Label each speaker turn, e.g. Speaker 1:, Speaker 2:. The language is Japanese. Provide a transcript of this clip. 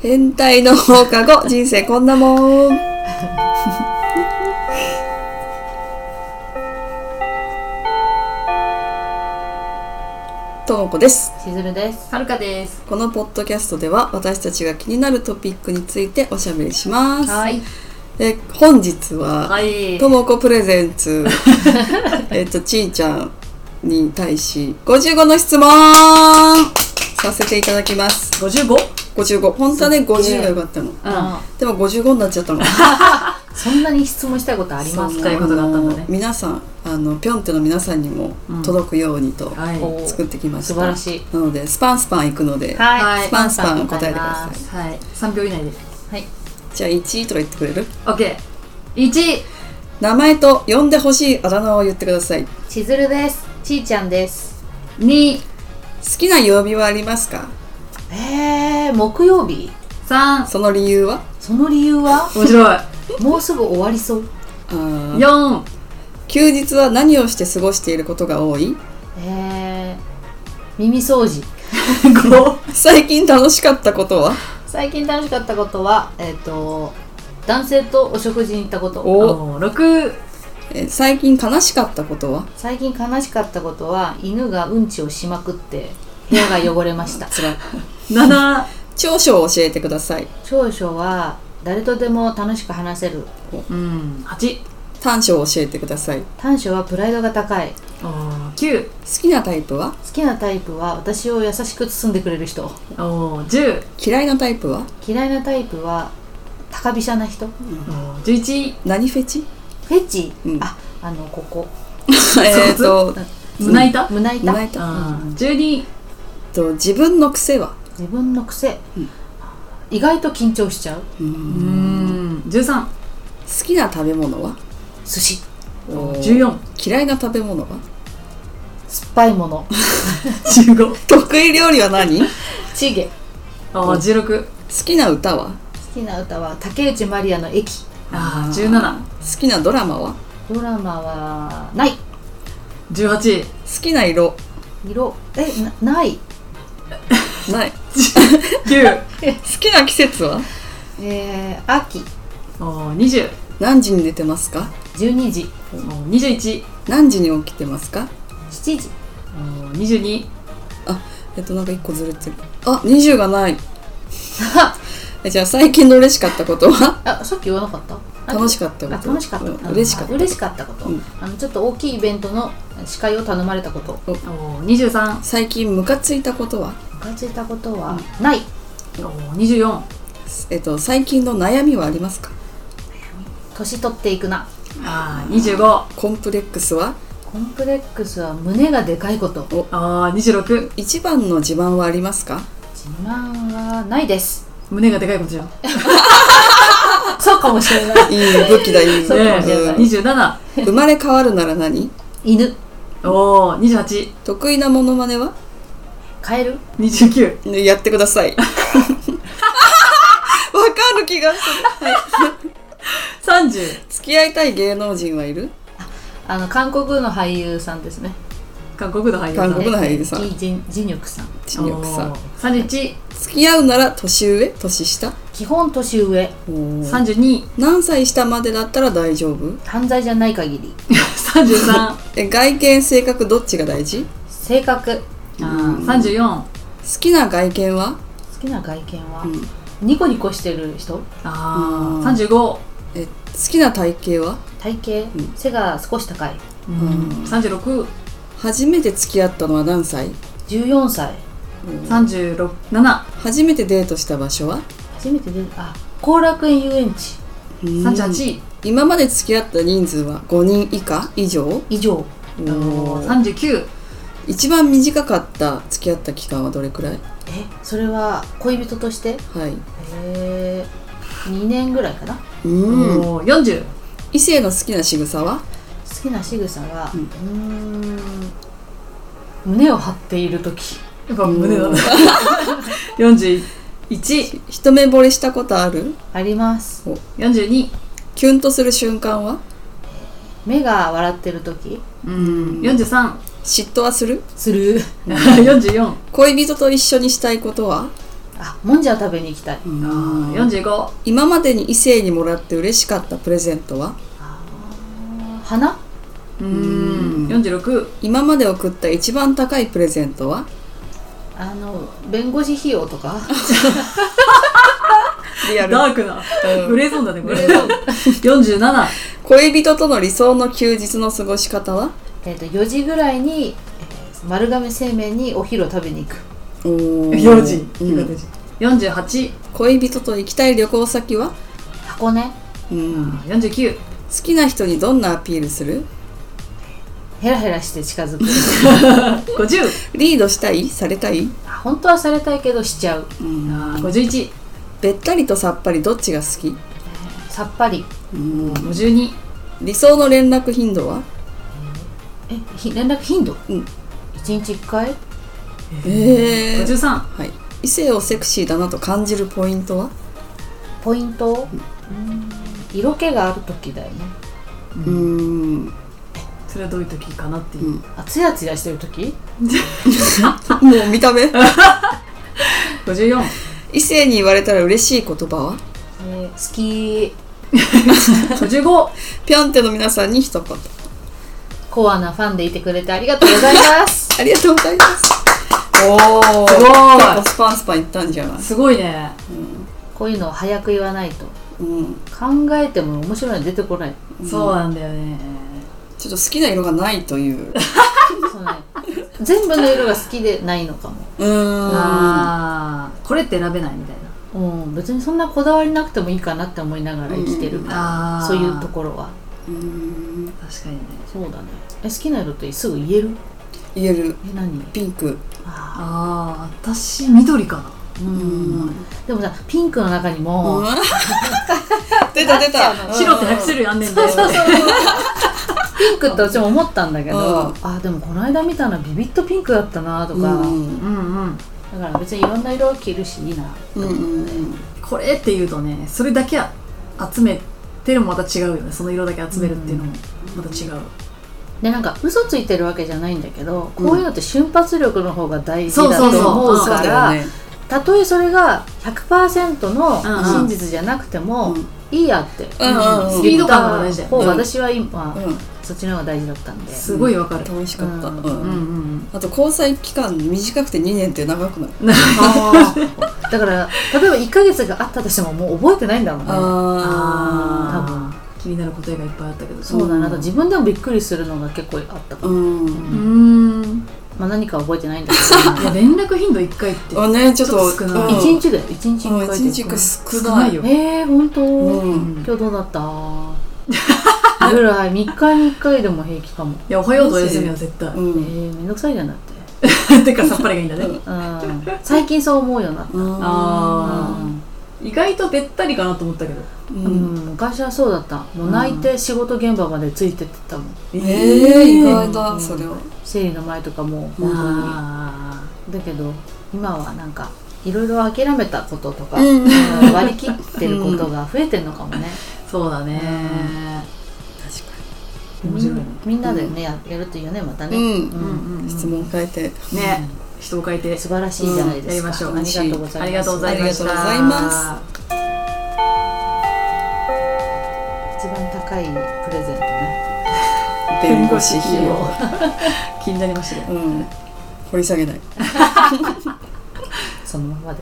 Speaker 1: 変態の放課後人生こんなもんともこです
Speaker 2: しずるです
Speaker 3: はるかです。
Speaker 1: このポッドキャストでは私たちが気になるトピックについておしゃべりします、
Speaker 3: い。
Speaker 1: え本日は
Speaker 3: はい。
Speaker 1: ともこプレゼン ツえっとちーちゃんに対し55の質問させていただきます
Speaker 3: 五十五？
Speaker 1: 55本当はね50がよかったの
Speaker 2: うん
Speaker 1: でも55になっちゃったの
Speaker 2: そんなに質問したいことあります
Speaker 3: そう
Speaker 2: か
Speaker 3: いうことがあったんだね
Speaker 1: の皆さんあのピョンっての皆さんにも届くようにと
Speaker 3: はい。
Speaker 2: お
Speaker 1: 作ってきました、
Speaker 2: 素晴らしい
Speaker 1: なのでスパンスパンいくので、
Speaker 3: はい
Speaker 1: スパンスパン答えてください
Speaker 3: はい。三秒以内で。はい。
Speaker 1: じゃあ1位とか言ってくれる
Speaker 3: オッケー。一。
Speaker 1: 名前と呼んでほしいあだ名を言ってください好
Speaker 2: しずるですちーちゃんです
Speaker 3: 二。
Speaker 1: きな曜日はありますか
Speaker 2: えー、木曜日
Speaker 3: 三。
Speaker 1: その理由は
Speaker 2: その理由 は
Speaker 3: 面 白い。
Speaker 2: もうすぐ終わりそう
Speaker 1: あー
Speaker 3: 四。
Speaker 1: 休日は何をして過ごしていることが多い
Speaker 2: えー、耳掃除
Speaker 3: 五。
Speaker 1: 最近楽しかったことは
Speaker 2: 最近楽しかったことはえっ、と男性とお食事に行ったこと
Speaker 1: お
Speaker 3: お。六。
Speaker 1: えー最近悲しかったことは
Speaker 2: 最近悲しかったことは犬がうんちをしまくって部屋が汚れました
Speaker 3: 七。
Speaker 1: 長所を教えてください
Speaker 2: 長所は誰とでも楽しく話せる
Speaker 3: うん。八。
Speaker 1: 短所を教えてください好
Speaker 2: 短所はプライドが高い
Speaker 3: お九。
Speaker 1: きなタイプは
Speaker 2: 好きなタイプは私を優しく包んでくれる人
Speaker 3: お十。
Speaker 1: 嫌いなタイプは
Speaker 2: 嫌いなタイプは高飛車な人フ
Speaker 3: お十一。
Speaker 1: 何フェ チ
Speaker 2: ェチ、
Speaker 1: うん
Speaker 2: ああのここ
Speaker 1: えっと
Speaker 3: 胸板。
Speaker 2: 胸板
Speaker 1: 胸板
Speaker 3: うん。十二。
Speaker 1: と自分の癖は、
Speaker 2: 自分の癖、
Speaker 1: うん
Speaker 2: 意外と緊張しちゃう
Speaker 3: うん。十三。
Speaker 1: 好きな食べ物は
Speaker 2: 寿司
Speaker 3: 十四。
Speaker 1: 嫌いな食べ物は
Speaker 2: 酸っぱいも の
Speaker 3: 十五。
Speaker 1: 得意料理は何好
Speaker 2: チゲ好
Speaker 3: お十六。
Speaker 1: きな歌は
Speaker 2: きな歌は竹内まりやの駅
Speaker 3: ああ十七。
Speaker 1: 好きなドラマは
Speaker 2: ドラマはない
Speaker 3: 十八。
Speaker 1: 好きな色
Speaker 2: 色えなない
Speaker 1: ない
Speaker 3: 九。
Speaker 1: 好きな季節は
Speaker 2: えー、秋
Speaker 3: お二十。
Speaker 1: 何時に寝てますか
Speaker 2: 12時
Speaker 3: お二十一。
Speaker 1: 何時に起きてますか
Speaker 2: 7時
Speaker 3: お二十二。
Speaker 1: えっとなんか一個ずれてるあ20がない えじゃあ最近の嬉しかったことは
Speaker 2: あさっき言わなかった
Speaker 1: 楽しかった
Speaker 2: あ
Speaker 1: こと
Speaker 2: 楽しかった、
Speaker 1: うん嬉しかった
Speaker 2: 嬉しかったこと、
Speaker 1: うん
Speaker 2: あのちょっと大きいイベントの司会を頼まれたこと
Speaker 3: お二十三。
Speaker 1: 最近ムカついたことは
Speaker 2: ムカついたことはない、
Speaker 3: お二十四。
Speaker 1: えっと最近の悩みはありますか
Speaker 2: 年取っていくな
Speaker 3: あ二十五。あ
Speaker 1: コンプレックスは
Speaker 2: コンプレックスは胸がでかいこと
Speaker 3: あ二十六。
Speaker 1: 一番の自慢はありますか
Speaker 2: 自慢はないです
Speaker 3: 胸がでかいことじゃん。
Speaker 2: そうかもしれない
Speaker 1: いい武器だいい
Speaker 2: そうかもしれな
Speaker 1: う
Speaker 2: い
Speaker 3: 二
Speaker 1: ん
Speaker 3: 十七。
Speaker 1: 生まれ変わるなら何
Speaker 2: 犬
Speaker 3: おお二十八。
Speaker 1: 得意なモノマネは
Speaker 2: カエル
Speaker 3: 二十九。
Speaker 1: ねやってください わかる気がする、はい
Speaker 3: 三十。
Speaker 1: 付き合いたい芸能人はいる
Speaker 2: あの韓国の俳優さんですね
Speaker 3: 韓国の俳優さん。
Speaker 1: 韓国の俳優さん
Speaker 2: イ・ジンジニョクさん
Speaker 1: ちによくさん
Speaker 3: 三十一。
Speaker 1: 付き合うなら年上年下
Speaker 2: 基本年上
Speaker 3: 三十二。
Speaker 1: 何歳下までだったら大丈夫
Speaker 2: 犯罪じゃない限り
Speaker 3: 三十三。
Speaker 1: え外見性格どっちが大事
Speaker 2: 性格
Speaker 3: 三十四。
Speaker 1: 好きな外見は、
Speaker 2: 好きな外見は、
Speaker 1: うん
Speaker 2: ニコニコしてる人
Speaker 3: ああ三十五。
Speaker 1: え好きな体型は
Speaker 2: 体型、
Speaker 1: うん
Speaker 2: 背が少し高い
Speaker 3: 三十六。
Speaker 1: 初めて付き合ったのは何歳
Speaker 2: 14歳
Speaker 3: 三十六。七。
Speaker 1: 初めてデートした場所は
Speaker 2: 初めて出るあ後楽園遊園地
Speaker 3: 三十八。
Speaker 1: 今まで付き合った人数は5人以下以上
Speaker 2: 以上
Speaker 3: 三十九。
Speaker 1: 一番短かった付き合った期間はどれくらい
Speaker 2: えそれは恋人として
Speaker 1: はい
Speaker 2: えー、2年ぐらいかな好
Speaker 1: うん
Speaker 3: お四十。
Speaker 1: 異性の好きな仕草は
Speaker 2: きな仕草はうーん胸を張っている時
Speaker 3: やっぱ胸だな。四十一。
Speaker 1: 一目惚れしたことある
Speaker 2: あります
Speaker 3: 四十二。
Speaker 1: キュンとする瞬間は
Speaker 2: 目が笑ってる時
Speaker 3: うん。四十三。
Speaker 1: 嫉妬はする
Speaker 2: する
Speaker 3: 四十四。
Speaker 1: 恋人と一緒にしたいことは
Speaker 2: あもんじゃ食べに行きたい、
Speaker 1: うん
Speaker 3: 四十五。
Speaker 1: 今までに異性にもらって嬉しかったプレゼントは
Speaker 2: 花
Speaker 3: うん。四十六。
Speaker 1: 今まで送った一番高いプレゼントは
Speaker 2: あの弁護士費用と か
Speaker 1: リア
Speaker 3: ダ
Speaker 1: ル、
Speaker 3: ークな。
Speaker 1: うん
Speaker 3: グレーゾーンだねこれ。四十七。
Speaker 1: 恋人との理想の休日の過ごし方 は
Speaker 2: えっと4時ぐらいに、えー丸亀製麺にお昼を食べに行く
Speaker 1: 4
Speaker 3: うん四十八。
Speaker 1: 恋人と行きたい旅行先は、
Speaker 2: 箱根
Speaker 1: うん、好
Speaker 3: 四十九。
Speaker 1: きな人にどんなアピールする
Speaker 2: ヘラヘラして近づく
Speaker 3: 五十。
Speaker 1: リードしたいされたい、
Speaker 2: あ本当はされたいけどしちゃう
Speaker 1: うん、
Speaker 3: 五十一。
Speaker 1: べったりとさっぱりどっちが好き、
Speaker 2: さっぱり
Speaker 1: うん、
Speaker 3: 五十二。
Speaker 1: 理想の連絡頻度は
Speaker 2: えひ連絡頻度、
Speaker 1: うん
Speaker 2: 1日1回
Speaker 1: え
Speaker 3: 五十三。
Speaker 1: はい、異性をセクシーだなと感じるポイントは
Speaker 2: ポイント、うん、色気がある時だよね
Speaker 1: うーん
Speaker 3: それはどういう時かなっていう。
Speaker 2: あツヤツヤしてる時
Speaker 1: もう見た目
Speaker 3: 五十四。
Speaker 1: 異性に言われたら嬉しい言葉は
Speaker 2: えー好き
Speaker 3: 五十五。
Speaker 1: ピョンテの皆さんに一言
Speaker 2: コアなファンでいてくれてありがとうございます
Speaker 1: ありがとうございますおお
Speaker 3: すご
Speaker 1: 結
Speaker 3: い
Speaker 1: 構スパンスパンいったんじゃない、
Speaker 3: すごいね。
Speaker 2: こういうのを早く言わないと
Speaker 1: うん、
Speaker 2: 考えても面白いの出てこない
Speaker 3: そうなんだよね。
Speaker 1: ちょっと好きな色がないというう
Speaker 2: そうね 全部の色が好きでないのか
Speaker 1: ーん
Speaker 3: ああ。これって選べないみたいな。
Speaker 2: もうん別にそんなこだわりなくてもいいかなって思いながら生きてるか
Speaker 3: あ
Speaker 2: ら、
Speaker 3: あ。
Speaker 2: そういうところは
Speaker 1: うーん
Speaker 3: 確かにね。
Speaker 2: そうだねえ好きな色ってすぐ言える
Speaker 1: 言える
Speaker 2: え何
Speaker 1: ピンク
Speaker 2: あ
Speaker 3: ああ、私緑かな。
Speaker 2: ーうんでもさピンクの中にも、
Speaker 1: うん 出た出た
Speaker 3: 白って100種類あんねんで。
Speaker 2: そうそうそうピンクって私も思ったんだけど、
Speaker 1: うん
Speaker 2: あでもこの間見たのはビビッとピンクだったなと
Speaker 1: うんう
Speaker 2: か、
Speaker 1: ん
Speaker 3: うんうん。
Speaker 2: だから別にいろんな色を着るしいいな
Speaker 1: うんうんうん
Speaker 3: これって言うとね、それだけ集めてるもまた違うよね。その色だけ集めるっていうのもまた違う。
Speaker 2: でなんか嘘ついてるわけじゃないんだけど、
Speaker 1: うん
Speaker 2: こういうのって瞬発力の方が大事
Speaker 3: そう
Speaker 2: だ
Speaker 3: そうそう
Speaker 2: と思う
Speaker 1: そうだ
Speaker 2: から、
Speaker 1: よね
Speaker 2: たとえそれが100%の
Speaker 3: うん
Speaker 2: 真実じゃなくても、
Speaker 1: うん
Speaker 2: いいやって、
Speaker 1: うんうんうん
Speaker 3: スピード感が大事だよね
Speaker 2: 言った方私は今、
Speaker 1: うん
Speaker 2: そっちの方が大事だったんで、
Speaker 3: すごいわかる。
Speaker 1: 楽しかった、
Speaker 2: うん
Speaker 3: うんうん。
Speaker 1: あと交際期間短くて2年って長くなる
Speaker 2: だから例えば1ヶ月があったとしてももう覚えてないんだもんね
Speaker 1: あ
Speaker 3: ああ。気になる答えがいっぱいあったけど。
Speaker 2: そうだな、あと自分でもびっくりするのが結構あったか
Speaker 1: ー
Speaker 2: ら、
Speaker 1: うん
Speaker 3: うーん。
Speaker 2: まあ、何かは覚えてないんだけ
Speaker 3: いや、連絡頻度1回って。
Speaker 1: あねちょっと
Speaker 3: ちょっと少ない
Speaker 1: うん
Speaker 2: ど一日だよ一日
Speaker 1: うん
Speaker 2: 1回
Speaker 1: 一
Speaker 2: で
Speaker 1: 日一回少
Speaker 3: 少
Speaker 1: な
Speaker 3: ない
Speaker 1: い
Speaker 3: よ。
Speaker 2: えー、本当、
Speaker 1: うん
Speaker 2: 今日どうだったぐらい3日に1回でも平気かも
Speaker 3: いや、おはようとお休みは絶対
Speaker 1: う。
Speaker 2: え
Speaker 1: ん
Speaker 2: ー、めんどくさいじゃなくて
Speaker 3: てか、さっぱりがいいんだね。
Speaker 2: うん最近そう思うようになっ
Speaker 1: あ
Speaker 3: 意外とべったりかなと思ったけど。
Speaker 1: ーう
Speaker 2: た、うんん昔はそうだったもう泣いて仕事現場までついてってたもん
Speaker 1: えー意外だそれは
Speaker 2: 生理の前とかも本当に
Speaker 3: あ
Speaker 2: だけど今はなんかいろいろ諦めたこととか、
Speaker 1: うん
Speaker 2: うん 割り切ってることが増えてるのかもね、
Speaker 3: ーそうだね。
Speaker 1: 確か
Speaker 3: 面白いね。
Speaker 2: みんなでね、ややるといいよねまたね、
Speaker 1: うん
Speaker 3: うんうん
Speaker 1: に質問変えて
Speaker 3: ね、人を変えて。
Speaker 2: 素晴らしいじゃないですか、
Speaker 3: やりましょう
Speaker 2: ありがとうございます
Speaker 3: ありがとうございまし
Speaker 1: あ
Speaker 3: た。
Speaker 1: りがとうございま
Speaker 2: 一番高いプレゼントね
Speaker 1: 弁護士費用
Speaker 3: 気になりましたね。
Speaker 1: うん掘り下げない
Speaker 2: そのままで